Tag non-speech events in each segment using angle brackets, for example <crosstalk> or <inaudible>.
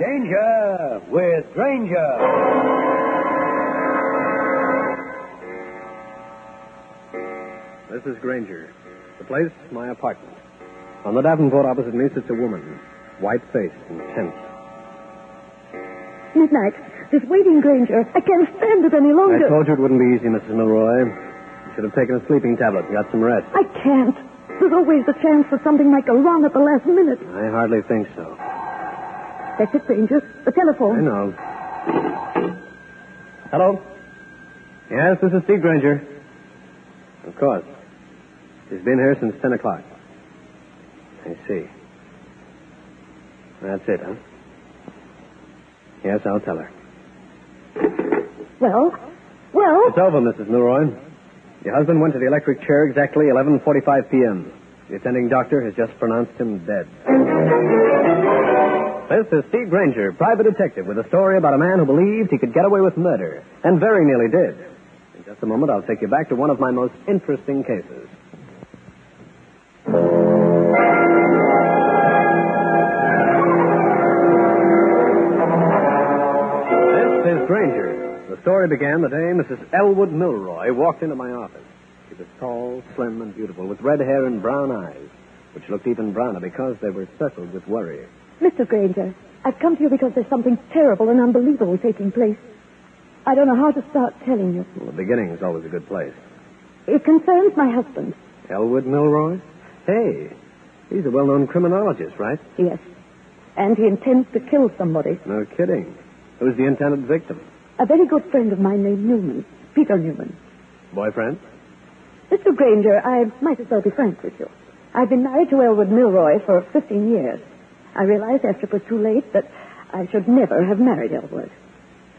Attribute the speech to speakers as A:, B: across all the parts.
A: Danger with Granger.
B: This is Granger. The place, my apartment. On the Davenport opposite me sits a woman, white faced and tense.
C: Midnight. This waiting, Granger. I can't stand it any
B: I
C: longer.
B: told you it wouldn't be easy, Mrs. Milroy. You should have taken a sleeping tablet and got some rest.
C: I can't. There's always the chance that something might go wrong at the last minute.
B: I hardly think so.
C: That's it, Granger. The
B: I
C: telephone.
B: know. Hello? Yes, this is Steve Granger. Of course. She's been here since 10 o'clock. I see. That's it, huh? Yes, I'll tell her.
C: Well? Well?
B: It's over, Mrs. Milroy. Your husband went to the electric chair exactly 11.45 p.m. The attending doctor has just pronounced him dead. This is Steve Granger, private detective, with a story about a man who believed he could get away with murder, and very nearly did. In just a moment, I'll take you back to one of my most interesting cases. This is Granger. The story began the day Mrs. Elwood Milroy walked into my office. She was tall, slim, and beautiful, with red hair and brown eyes, which looked even browner because they were circled with worry.
C: Mr. Granger, I've come to you because there's something terrible and unbelievable taking place. I don't know how to start telling you.
B: Well, the beginning is always a good place.
C: It concerns my husband.
B: Elwood Milroy? Hey, he's a well known criminologist, right?
C: Yes. And he intends to kill somebody.
B: No kidding. Who's the intended victim?
C: A very good friend of mine named Newman. Peter Newman.
B: Boyfriend?
C: Mr. Granger, I might as well be frank with you. I've been married to Elwood Milroy for 15 years. I realized after it was too late that I should never have married Elwood.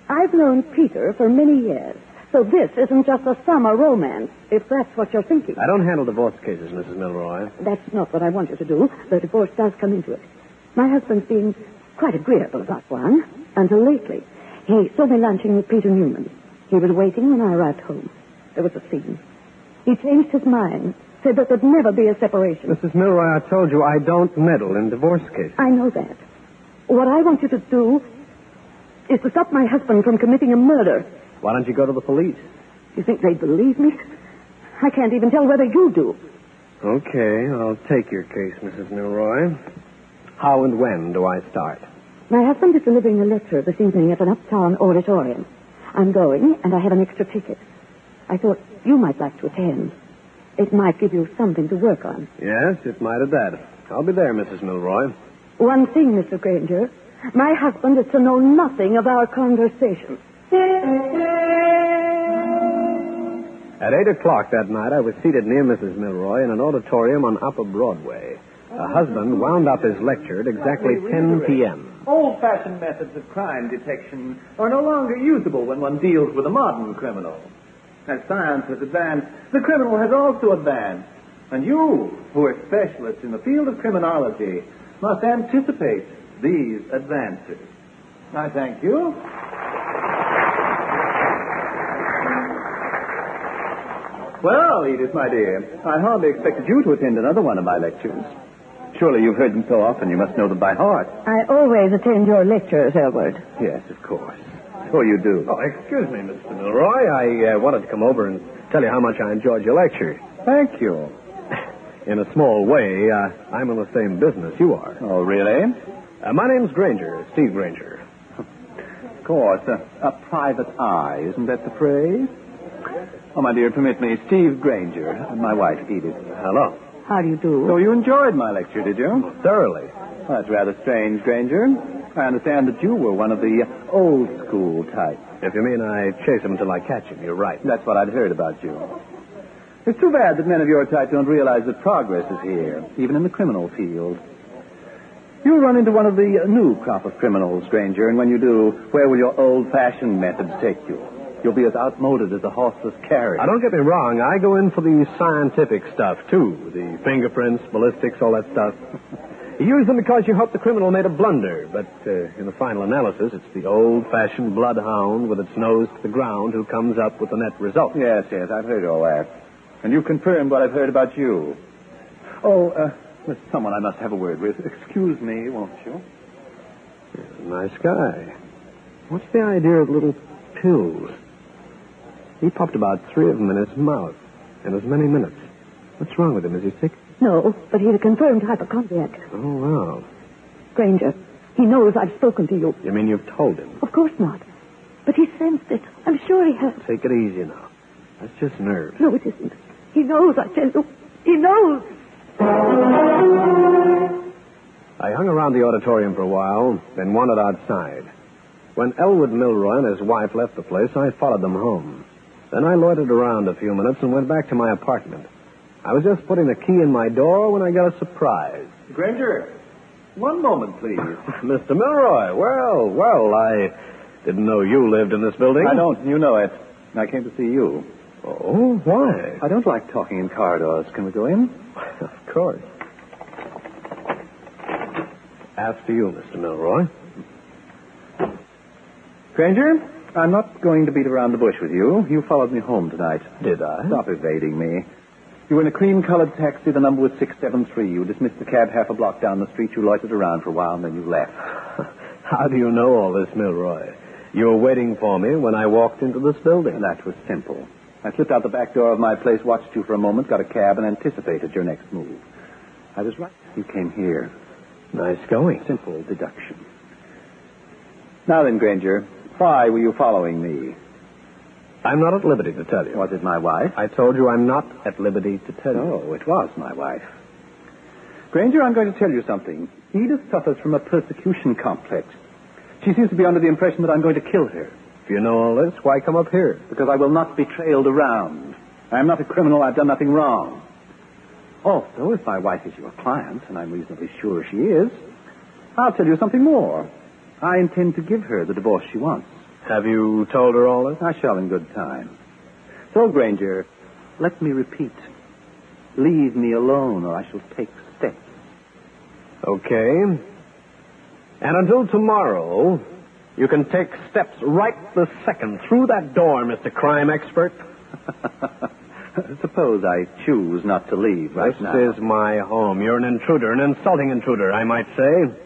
C: I've known Peter for many years, so this isn't just a summer romance, if that's what you're thinking.
B: I don't handle divorce cases, Mrs. Milroy.
C: That's not what I want you to do. The divorce does come into it. My husband's been quite agreeable about one until lately. He saw me lunching with Peter Newman. He was waiting when I arrived home. There was a scene. He changed his mind, said that there'd never be a separation.
B: Mrs. Milroy, I told you I don't meddle in divorce cases.
C: I know that. What I want you to do is to stop my husband from committing a murder.
B: Why don't you go to the police?
C: You think they'd believe me? I can't even tell whether you do.
B: Okay, I'll take your case, Mrs. Milroy. How and when do I start?
C: My husband is delivering a lecture this evening at an uptown auditorium. I'm going, and I have an extra ticket. I thought you might like to attend. It might give you something to work on.
B: Yes, it might have that. I'll be there, Mrs. Milroy.
C: One thing, Mr. Granger. My husband is to know nothing of our conversation.
B: At 8 o'clock that night, I was seated near Mrs. Milroy in an auditorium on Upper Broadway. Her husband wound up his lecture at exactly 10 p.m.
D: Old-fashioned methods of crime detection are no longer usable when one deals with a modern criminal. As science has advanced, the criminal has also advanced. And you, who are specialists in the field of criminology, must anticipate these advances. I thank you. Well, Edith, my dear, I hardly expected you to attend another one of my lectures. Surely you've heard them so often you must know them by heart.
C: I always attend your lectures, Elwood.
B: Yes, of course.
D: Oh, you do?
B: Oh, excuse me, Mr. Milroy. I uh, wanted to come over and tell you how much I enjoyed your lecture. <laughs>
D: Thank you.
B: In a small way, uh, I'm in the same business you are.
D: Oh, really?
B: Uh, my name's Granger, Steve Granger.
D: Of course. A, a private eye, isn't that the phrase? Oh, my dear, permit me. Steve Granger, and my wife, Edith.
B: Hello.
C: How do you do?
D: So you enjoyed my lecture, did you?
B: Thoroughly.
D: Well, that's rather strange, Granger. I understand that you were one of the uh, old school type.
B: If you mean I chase him till I catch him, you're right.
D: That's what I'd heard about you. It's too bad that men of your type don't realize that progress is here, even in the criminal field. You'll run into one of the uh, new crop of criminals, Granger, and when you do, where will your old-fashioned methods take you? You'll be as outmoded as a horseless carriage.
B: Now, don't get me wrong. I go in for the scientific stuff, too. The fingerprints, ballistics, all that stuff. You use them because you hope the criminal made a blunder, but uh, in the final analysis, it's the old-fashioned bloodhound with its nose to the ground who comes up with the net result.
D: Yes, yes, I've heard all that. And you confirmed what I've heard about you. Oh, uh, there's someone I must have a word with. Excuse me, won't you?
B: Nice guy. What's the idea of little pills? He popped about three of them in his mouth in as many minutes. What's wrong with him? Is he sick?
C: No, but he's a confirmed hypochondriac.
B: Oh, wow.
C: Granger, he knows I've spoken to you.
B: You mean you've told him?
C: Of course not. But he sensed it. I'm sure he has.
B: Take it easy now. That's just nerves.
C: No, it isn't. He knows, I tell you. He knows.
B: I hung around the auditorium for a while, then wandered outside. When Elwood Milroy and his wife left the place, I followed them home. Then I loitered around a few minutes and went back to my apartment. I was just putting the key in my door when I got a surprise. <laughs>
D: Granger, one moment, please.
B: Mr. Milroy, well, well, I didn't know you lived in this building.
D: I don't, you know it. I came to see you.
B: Oh, why? <laughs>
D: I don't like talking in corridors. Can we go in?
B: of course. After you, Mr. Milroy.
D: Granger, I'm not going to beat around the bush with you. You followed me home tonight.
B: Did I?
D: Stop evading me. You were in a cream colored taxi. The number was 673. You dismissed the cab half a block down the street. You loitered around for a while and then you left.
B: How do you know all this, Milroy? You were waiting for me when I walked into this building.
D: And that was simple. I slipped out the back door of my place, watched you for a moment, got a cab, and anticipated your next move. I was right. You came here.
B: Nice going.
D: Simple deduction. Now then, Granger, why were you following me?
B: I'm not at liberty to tell you.
D: Was it my wife?
B: I told you I'm not at liberty to tell
D: no, you. Oh, it was my wife. Granger, I'm going to tell you something. Edith suffers from a persecution complex. She seems to be under the impression that I'm going to kill her.
B: If you know all this, why come up here?
D: Because I will not be trailed around. I am not a criminal. I've done nothing wrong. Also, if my wife is your client, and I'm reasonably sure she is, I'll tell you something more. I intend to give her the divorce she wants.
B: Have you told her all this?
D: I shall in good time. So, Granger, let me repeat. Leave me alone, or I shall take steps.
B: Okay. And until tomorrow, you can take steps right this second through that door, Mr. Crime Expert.
D: Suppose I choose not to leave right
B: this
D: now.
B: This is my home. You're an intruder, an insulting intruder, I might say.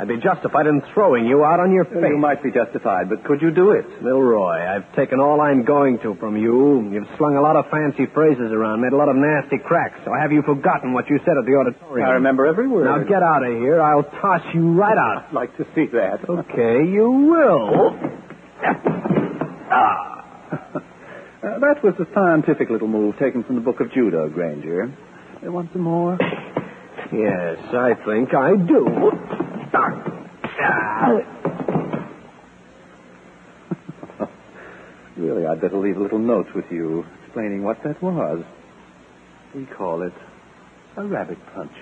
B: I'd be justified in throwing you out on your face.
D: You might be justified, but could you do it?
B: Milroy, I've taken all I'm going to from you. You've slung a lot of fancy phrases around, made a lot of nasty cracks. So have you forgotten what you said at the auditorium?
D: I remember every word.
B: Now get out of here. I'll toss you right out.
D: I'd like to see that.
B: Okay, you will.
D: ah. Uh, that was a scientific little move taken from the book of Judah, Granger. You want some Uh, more?
B: yes, I think I do.
D: Ah. really, I'd better leave a little note with you explaining what that was. We call it a rabbit punch.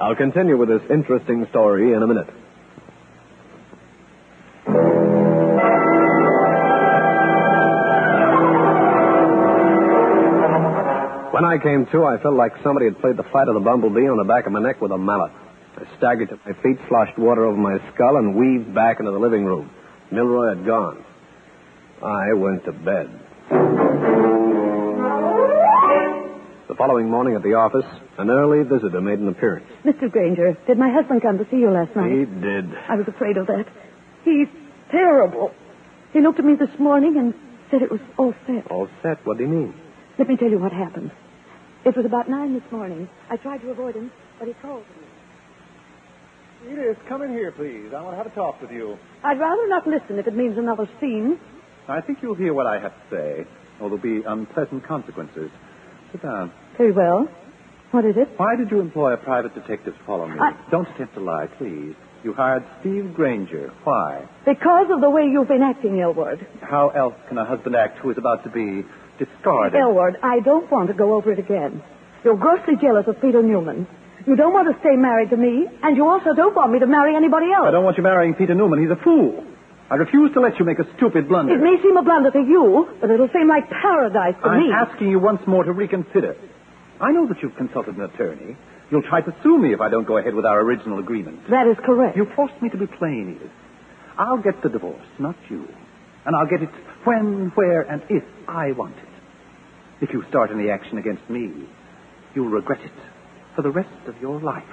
B: I'll continue with this interesting story in a minute. When I came to, I felt like somebody had played the fight of the bumblebee on the back of my neck with a mallet. I staggered to my feet, sloshed water over my skull, and weaved back into the living room. Milroy had gone. I went to bed. The following morning at the office, an early visitor made an appearance.
C: Mr. Granger, did my husband come to see you last night?
B: He did.
C: I was afraid of that. He's terrible. He looked at me this morning and said it was all set.
B: All set? What do you mean?
C: Let me tell you what happened. It was about nine this morning. I tried to avoid him, but he called me.
D: Edith, come in here, please. I want to have a talk with you.
C: I'd rather not listen if it means another scene.
D: I think you'll hear what I have to say, or there'll be unpleasant consequences. Sit down.
C: Very well. What is it?
D: Why did you employ a private detective to follow me?
C: I...
D: Don't attempt to lie, please. You hired Steve Granger. Why?
C: Because of the way you've been acting, Elwood.
D: How else can a husband act who is about to be discarded.
C: Elwood, I don't want to go over it again. You're grossly jealous of Peter Newman. You don't want to stay married to me, and you also don't want me to marry anybody else.
D: I don't want you marrying Peter Newman. He's a fool. I refuse to let you make a stupid blunder.
C: It may seem a blunder to you, but it'll seem like paradise to
D: I'm
C: me.
D: I'm asking you once more to reconsider. I know that you've consulted an attorney. You'll try to sue me if I don't go ahead with our original agreement.
C: That is correct.
D: You forced me to be plain, Edith. I'll get the divorce, not you. And I'll get it when, where, and if I want it. If you start any action against me, you'll regret it for the rest of your life.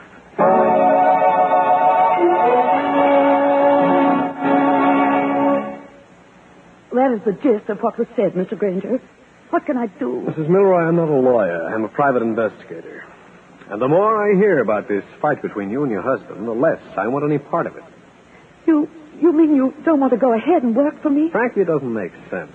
C: That is the gist of what was said, Mr. Granger. What can I do?
B: Mrs. Milroy, I'm not a lawyer. I'm a private investigator. And the more I hear about this fight between you and your husband, the less I want any part of it.
C: You you mean you don't want to go ahead and work for me?
B: Frankly, it doesn't make sense.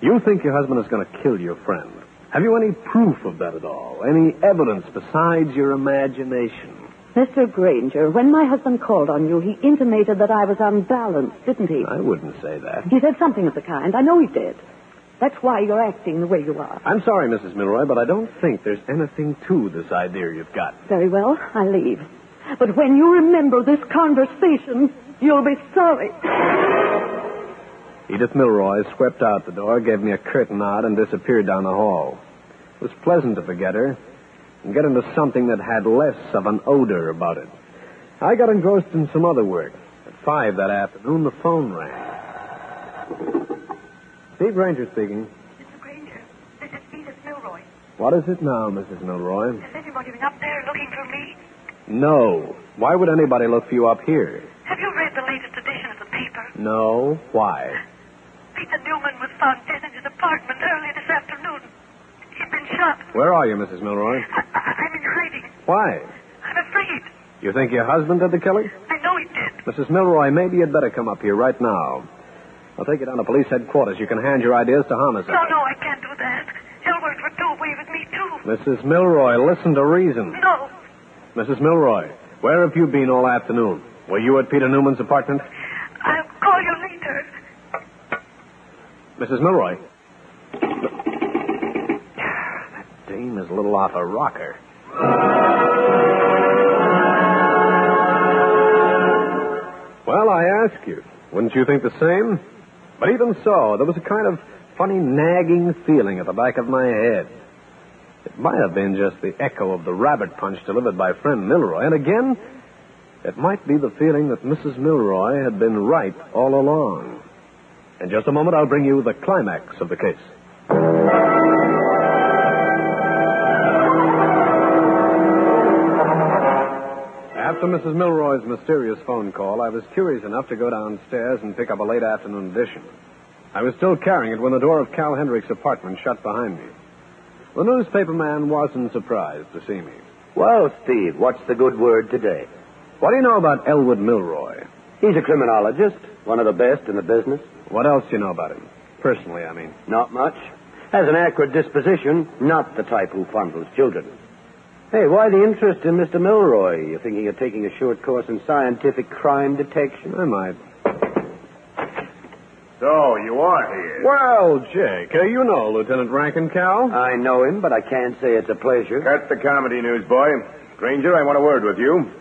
B: You think your husband is going to kill your friend. Have you any proof of that at all? Any evidence besides your imagination?
C: Mr. Granger, when my husband called on you, he intimated that I was unbalanced, didn't he?
B: I wouldn't say that.
C: He said something of the kind. I know he did. That's why you're acting the way you are.
B: I'm sorry, Mrs. Milroy, but I don't think there's anything to this idea you've got.
C: Very well, I leave. But when you remember this conversation, you'll be sorry.
B: Edith Milroy swept out the door, gave me a curt nod, and disappeared down the hall. It was pleasant to forget her and get into something that had less of an odor about it. I got engrossed in some other work. At five that afternoon, the phone rang. Steve Granger speaking.
E: Mr. Granger, this is Edith Milroy.
B: What is it now, Mrs. Milroy?
E: Has anybody been up there looking for me?
B: No. Why would anybody look for you up here?
E: Have you read the latest edition of the paper?
B: No. Why?
E: Peter Newman was found dead in his apartment early this afternoon. He'd been shot.
B: Where are you, Mrs. Milroy?
E: I, am in hiding.
B: Why?
E: I'm afraid.
B: You think your husband did the killing?
E: I know he did.
B: Mrs. Milroy, maybe you'd better come up here right now. I'll take you down to police headquarters. You can hand your ideas to homicide.
E: No, no, I can't do that. He'll work for two away with me, too.
B: Mrs. Milroy, listen to reason.
E: No.
B: Mrs. Milroy, where have you been all afternoon? Were you at Peter Newman's apartment?
E: I'll call you later.
B: Mrs. Milroy. that dame is a little off a rocker. Well, I ask you, wouldn't you think the same? But even so, there was a kind of funny nagging feeling at the back of my head. It might have been just the echo of the rabbit punch delivered by friend Milroy, and again, it might be the feeling that Mrs. Milroy had been right all along. In just a moment, I'll bring you the climax of the case. After Mrs. Milroy's mysterious phone call, I was curious enough to go downstairs and pick up a late afternoon edition. I was still carrying it when the door of Cal Hendricks' apartment shut behind me. The newspaperman wasn't surprised to see me.
F: Well, Steve, what's the good word today?
B: What do you know about Elwood Milroy?
F: He's a criminologist, one of the best in the business.
B: What else do you know about him? Personally, I mean.
F: Not much. Has an acrid disposition, not the type who fondles children. Hey, why the interest in Mr. Milroy? You're thinking of taking a short course in scientific crime detection?
B: I might.
G: So, you are here.
B: Well, Jake, uh, you know Lieutenant Rankin Cal.
F: I know him, but I can't say it's a pleasure.
G: Cut the comedy, newsboy. Granger, I want a word with you.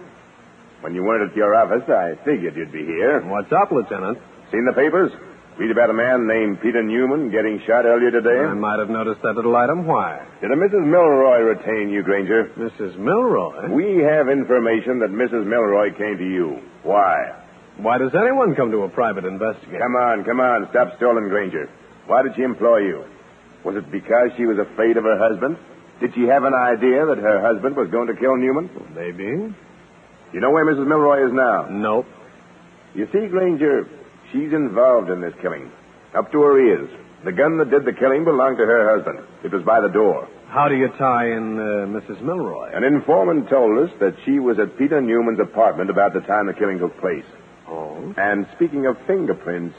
G: When you weren't at your office, I figured you'd be here.
B: What's up, Lieutenant?
G: Seen the papers? Read about a man named Peter Newman getting shot earlier today?
B: I might have noticed that little item. Why?
G: Did a Mrs. Milroy retain you, Granger?
B: Mrs. Milroy?
G: We have information that Mrs. Milroy came to you. Why?
B: Why does anyone come to a private investigator?
G: Come on, come on. Stop stalling, Granger. Why did she employ you? Was it because she was afraid of her husband? Did she have an idea that her husband was going to kill Newman?
B: Maybe.
G: You know where Mrs. Milroy is now?
B: Nope.
G: You see, Granger, She's involved in this killing. Up to her ears. The gun that did the killing belonged to her husband. It was by the door.
B: How do you tie in uh, Mrs. Milroy?
G: An informant told us that she was at Peter Newman's apartment about the time the killing took place.
B: Oh?
G: And speaking of fingerprints,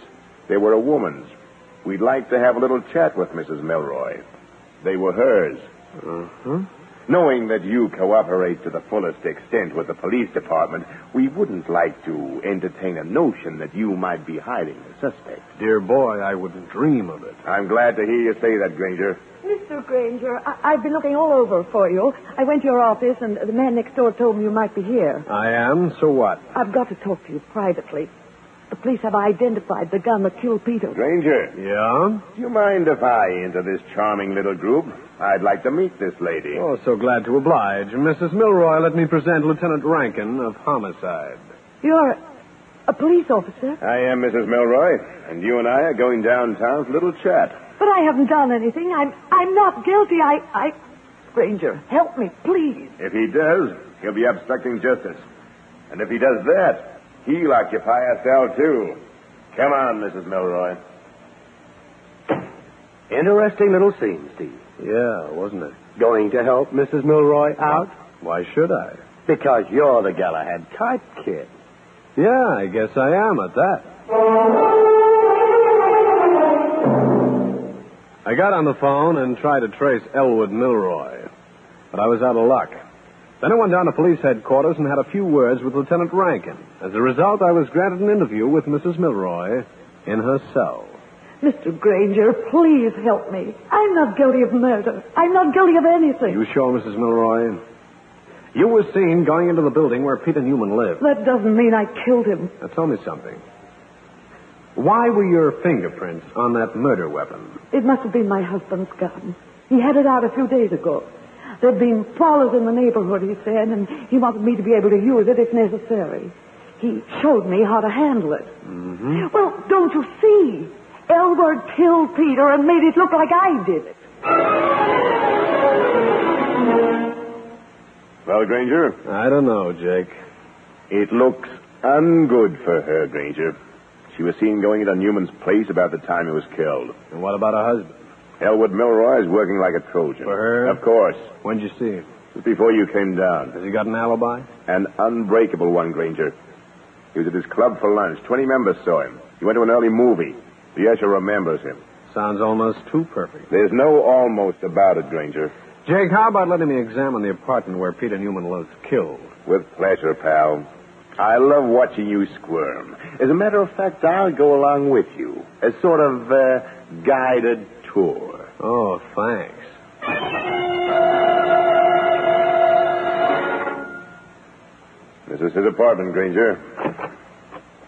G: they were a woman's. We'd like to have a little chat with Mrs. Milroy. They were hers.
B: Uh-huh.
G: Knowing that you cooperate to the fullest extent with the police department, we wouldn't like to entertain a notion that you might be hiding a suspect.
B: Dear boy, I wouldn't dream of it.
G: I'm glad to hear you say that, Granger.
C: Mr. Granger, I- have been looking all over for you. I went to your office, and the man next door told me you might be here.
B: I am, so what?
C: I've got to talk to you privately. The police have identified the gun that killed Peter.
G: Granger,
B: Yeah?
G: do you mind if I enter this charming little group? I'd like to meet this lady.
B: Oh, so glad to oblige. And Mrs. Milroy, let me present Lieutenant Rankin of Homicide.
C: You're a police officer,
G: I am Mrs. Milroy, and you and I are going downtown for a little chat.
C: but I haven't done anything. I'm I'm not guilty. I I Granger, help me, please.
G: If he does, he'll be obstructing justice. And if he does that, he'll occupy a cell, too. Come on, Mrs. Milroy.
F: Interesting little scene, Steve.
B: Yeah, wasn't it?
F: Going to help Mrs. Milroy out?
B: Why should I?
F: Because you're the Galahad type kid.
B: Yeah, I guess I am at that. I got on the phone and tried to trace Elwood Milroy, but I was out of luck. Then I went down to police headquarters and had a few words with Lieutenant Rankin. As a result, I was granted an interview with Mrs. Milroy in her cell.
C: Mr. Granger, please help me. I'm not guilty of murder. I'm not guilty of
B: Are
C: anything.
B: you sure, Mrs. Milroy? You were seen going into the building where Peter Newman lived.
C: That doesn't mean I killed him.
B: Now tell me something. Why were your fingerprints on that murder weapon?
C: It must have been my husband's gun. He had it out a few days ago. There'd been fowlers in the neighborhood, he said, and he wanted me to be able to use it if necessary. He showed me how to handle it. Well, don't you see? Elwood killed Peter and made it look like I did it.
G: Well, Granger,
B: I don't know, Jake.
G: it looks ungood for her, Granger. She was seen going into Newman's place about the time he was killed.
B: And what about her husband?
G: Elwood Milroy is working like a Trojan.
B: For her?
G: Of course.
B: When'd you see him?
G: Just before you came down.
B: Has he got an alibi?
G: An unbreakable one, Granger. He was at his club for lunch. Twenty members saw him. He went to an early movie. The usher remembers him.
B: Sounds almost too perfect.
G: There's no almost about it, Granger.
B: Jake, how about letting me examine the apartment where Peter Newman was killed?
G: With pleasure, pal. I love watching you squirm. As a matter of fact, I'll go along with you. A sort of uh, guided tour.
B: Oh, thanks.
G: This is his apartment, Granger.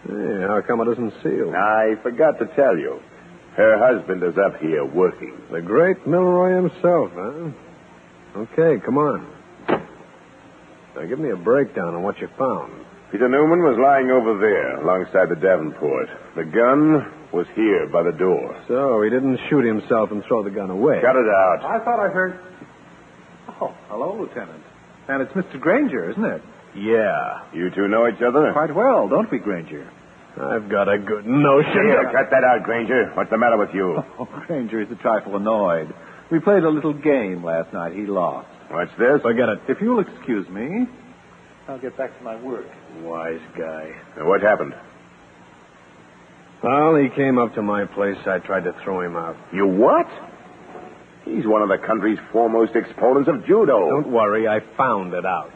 B: Hey, how come it isn't sealed?
G: I forgot to tell you. Her husband is up here working.
B: The great Milroy himself, huh? Okay, come on. Now give me a breakdown on what you found.
G: Peter Newman was lying over there, alongside the Davenport. The gun was here by the door.
B: So he didn't shoot himself and throw the gun away.
G: Cut it out.
D: I thought I heard. Oh, hello, Lieutenant. And it's Mr. Granger, isn't it?
B: Yeah.
G: You two know each other?
D: Quite well, don't we, Granger?
B: I've got a good notion.
G: Here, cut that out, Granger. What's the matter with you?
D: <laughs> Oh, Granger is a trifle annoyed. We played a little game last night. He lost.
G: What's this?
B: Forget it.
D: If you'll excuse me, I'll get back to my work. Wise guy.
G: What happened?
B: Well, he came up to my place. I tried to throw him out.
G: You what? He's one of the country's foremost exponents of judo.
D: Oh.
B: Don't worry, I found it out.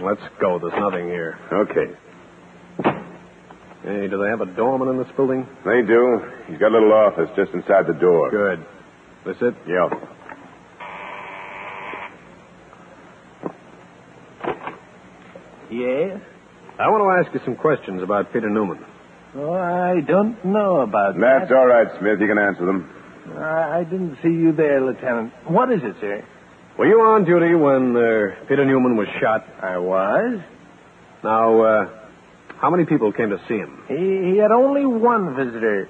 B: Let's go. There's nothing here.
G: Okay.
B: Hey, do they have a doorman in this building?
G: They do. He's got a little office just inside the door.
B: Good. This it?
G: Yeah.
D: Yes?
B: I want to ask you some questions about Peter Newman.
D: Oh, I don't know about
G: That's all right, Smith. You can answer them.
D: I I didn't see you there, Lieutenant. What is it, sir?
B: Were you on duty when uh, Peter Newman was shot?
D: I was.
B: Now, uh, how many people came to see him?
H: He, he had only one visitor.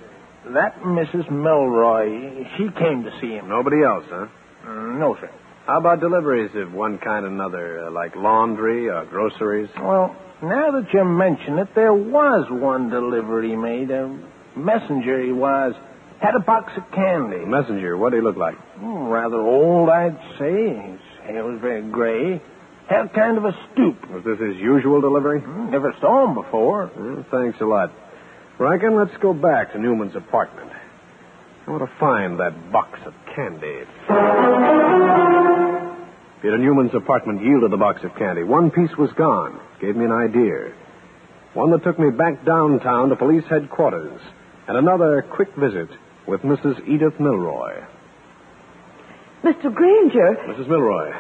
H: That Mrs. Melroy, she came to see him.
B: Nobody else, huh?
H: Mm, No, sir.
B: How about deliveries of one kind or another, uh, like laundry or groceries?
H: Well, now that you mention it, there was one delivery made. A messenger he was. Had a box of
B: The
H: candy.
B: messenger, what did he look like?
H: Mm, rather old, I'd say. His hair was very gray. Had kind of a stoop.
B: Was this his usual delivery?
H: Mm, Never saw him before.
B: Well, thanks a lot. Rankin, let's go back to Newman's apartment. I want to find that box of candy. Peter Newman's apartment yielded the box of candy. One piece was gone. Gave me an idea. One that took me back downtown to police headquarters. And another quick visit with Mrs. Edith Milroy.
C: Mr. Granger,
B: Mrs. Milroy,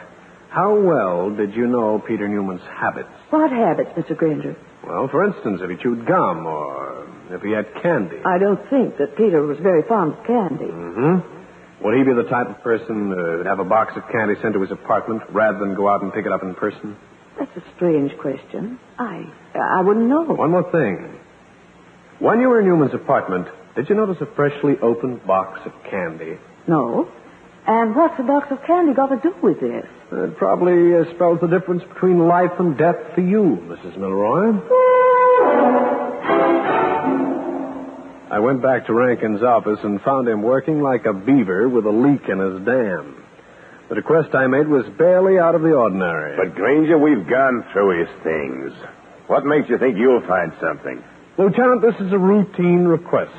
B: how well did you know Peter Newman's habits?
C: what habits, Mr. Granger?
B: Well, for instance, if he chewed gum or if he had candy.
C: Uh-huh.
I: I don't think that Peter was very fond of candy.
B: Mm-hmm. Would he be the type of person uh, who'd have a box of candy sent to his apartment rather than go out and pick it up in person?
I: That's a strange question. I I wouldn't know.
B: One more thing. When you were in Newman's apartment, did you notice a freshly opened box of candy?
I: No. And what's a box of candy got to do with this?
B: It probably uh, spells the difference between life and death for you, Mrs. Milroy. I went back to Rankin's office and found him working like a beaver with a leak in his dam. The request I made was barely out of the ordinary.
G: But, Granger, we've gone through his things. What makes you think you'll find something?
B: Lieutenant, this is a routine request.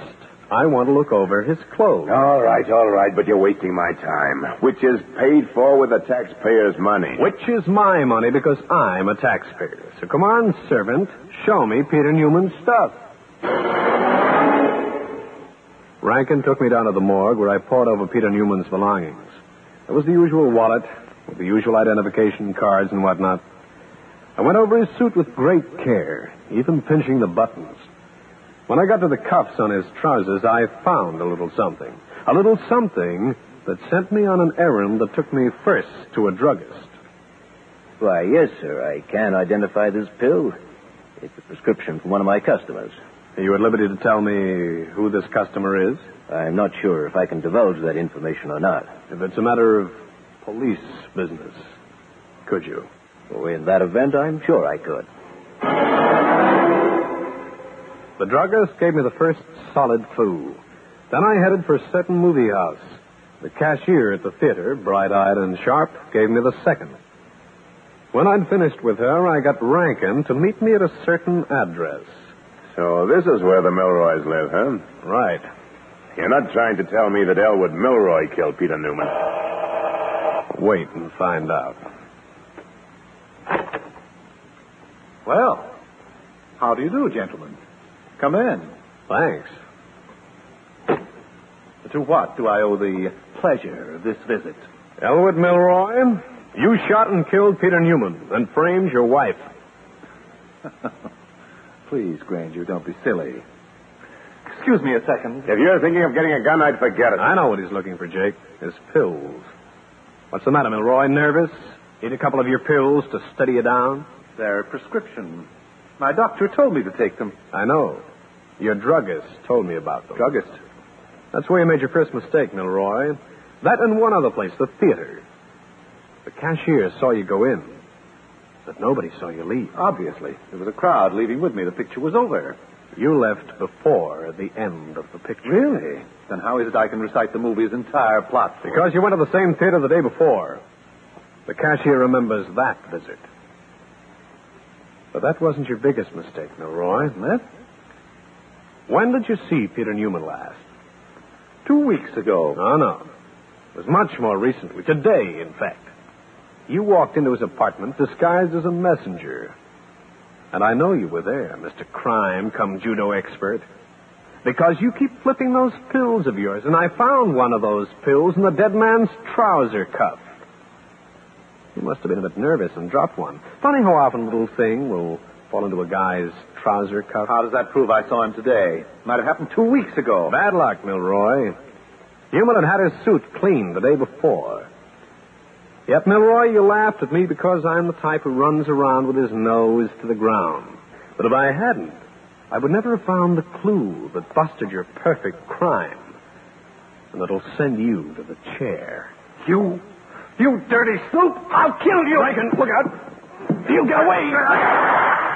B: Oh, I want to look over his clothes.
G: All right, all right, but you're wasting my time, which is paid for with the taxpayer's money.
B: Which is my money because I'm a taxpayer. So come on, servant, show me Peter Newman's stuff. Rankin took me down to the morgue where I pored over Peter Newman's belongings. There was the usual wallet with the usual identification cards and whatnot. I went over his suit with great care, even pinching the buttons. When I got to the cuffs on his trousers, I found a little something. A little something that sent me on an errand that took me first to a druggist.
J: Why, yes, sir, I can identify this pill. It's a prescription from one of my customers.
B: Are you at liberty to tell me who this customer is?
J: I'm not sure if I can divulge that information or not.
B: If it's a matter of police business, could you?
J: Well, in that event, I'm sure I could.
B: The druggist gave me the first solid clue. Then I headed for a certain movie house. The cashier at the theater, bright eyed and sharp, gave me the second. When I'd finished with her, I got Rankin to meet me at a certain address.
G: So this is where the Milroys live, huh?
B: Right.
G: You're not trying to tell me that Elwood Milroy killed Peter Newman.
B: Wait and find out. Well,
D: how do you do, gentlemen? Come in.
B: Thanks.
D: To what do I owe the pleasure of this visit?
B: Elwood Milroy, you shot and killed Peter Newman and framed your wife.
D: <laughs> Please, Granger, don't be silly. Excuse me a second.
G: If you're thinking of getting a gun, I'd forget it.
B: I know what he's looking for, Jake. His pills. What's the matter, Milroy? Nervous? Need a couple of your pills to steady you down?
D: They're prescription. My doctor told me to take them.
B: I know. Your druggist told me about them.
D: Druggist?
B: That's where you made your first mistake, Milroy. That and one other place, the theater. The cashier saw you go in, but nobody saw you leave.
D: Obviously. There was a crowd leaving with me. The picture was over.
B: You left before the end of the picture.
D: Really? Then how is it I can recite the movie's entire plot?
B: Because you went to the same theater the day before. The cashier remembers that visit. But that wasn't your biggest mistake, Milroy.
D: Isn't it?
B: When did you see Peter Newman last?
D: Two weeks ago.
B: No, no. It was much more recently. Today, in fact. You walked into his apartment disguised as a messenger. And I know you were there, Mr. Crime come judo expert. Because you keep flipping those pills of yours, and I found one of those pills in the dead man's trouser cuff. He must have been a bit nervous and dropped one. Funny how often a little thing will fall into a guy's trouser cuff.
D: How does that prove I saw him today? Might have happened two weeks ago.
B: Bad luck, Milroy. Newman had had his suit cleaned the day before. Yet, Milroy, you laughed at me because I'm the type who runs around with his nose to the ground. But if I hadn't, I would never have found the clue that busted your perfect crime. And that'll send you to the chair.
D: You you dirty snoop! I'll kill you!
B: Rankin, look out!
D: You get away!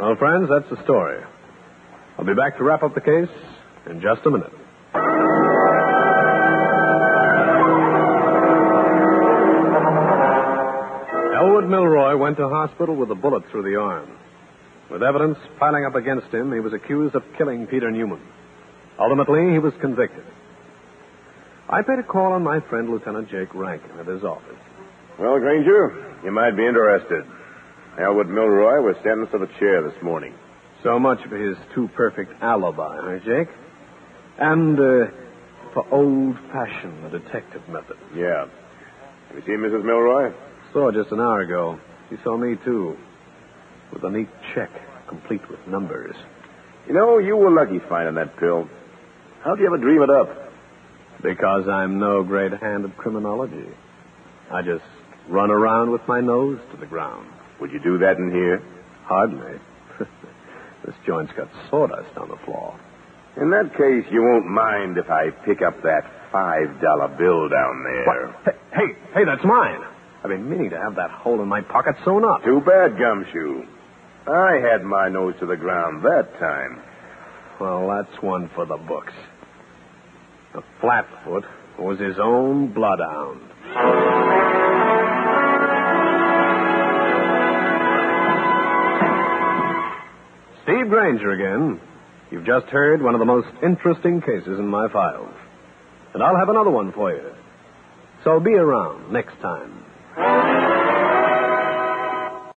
B: Well, friends, that's the story. I'll be back to wrap up the case in just a minute. Elwood Milroy went to hospital with a bullet through the arm. With evidence piling up against him, he was accused of killing Peter Newman. Ultimately, he was convicted. I paid a call on my friend Lieutenant Jake Rankin at his office.
G: Well, Granger, you might be interested. Elwood Milroy was sentenced to the chair this morning.
B: So much for his too perfect alibi, huh, Jake? And uh, for old fashioned detective method.
G: Yeah. Have you seen Mrs. Milroy?
B: Saw just an hour ago. She saw me, too. With a neat check, complete with numbers.
G: You know, you were lucky finding that pill. How'd you ever dream it up?
B: Because I'm no great hand at criminology. I just run around with my nose to the ground.
G: Would you do that in here?
B: Hardly. <laughs> this joint's got sawdust on the floor.
G: In that case, you won't mind if I pick up that five dollar bill down there.
B: What? Hey, hey, that's mine. I've been meaning to have that hole in my pocket sewn up.
G: Too bad, Gumshoe. I had my nose to the ground that time.
B: Well, that's one for the books. The Flatfoot was his own bloodhound. Steve Granger again. You've just heard one of the most interesting cases in my files. And I'll have another one for you. So be around next time.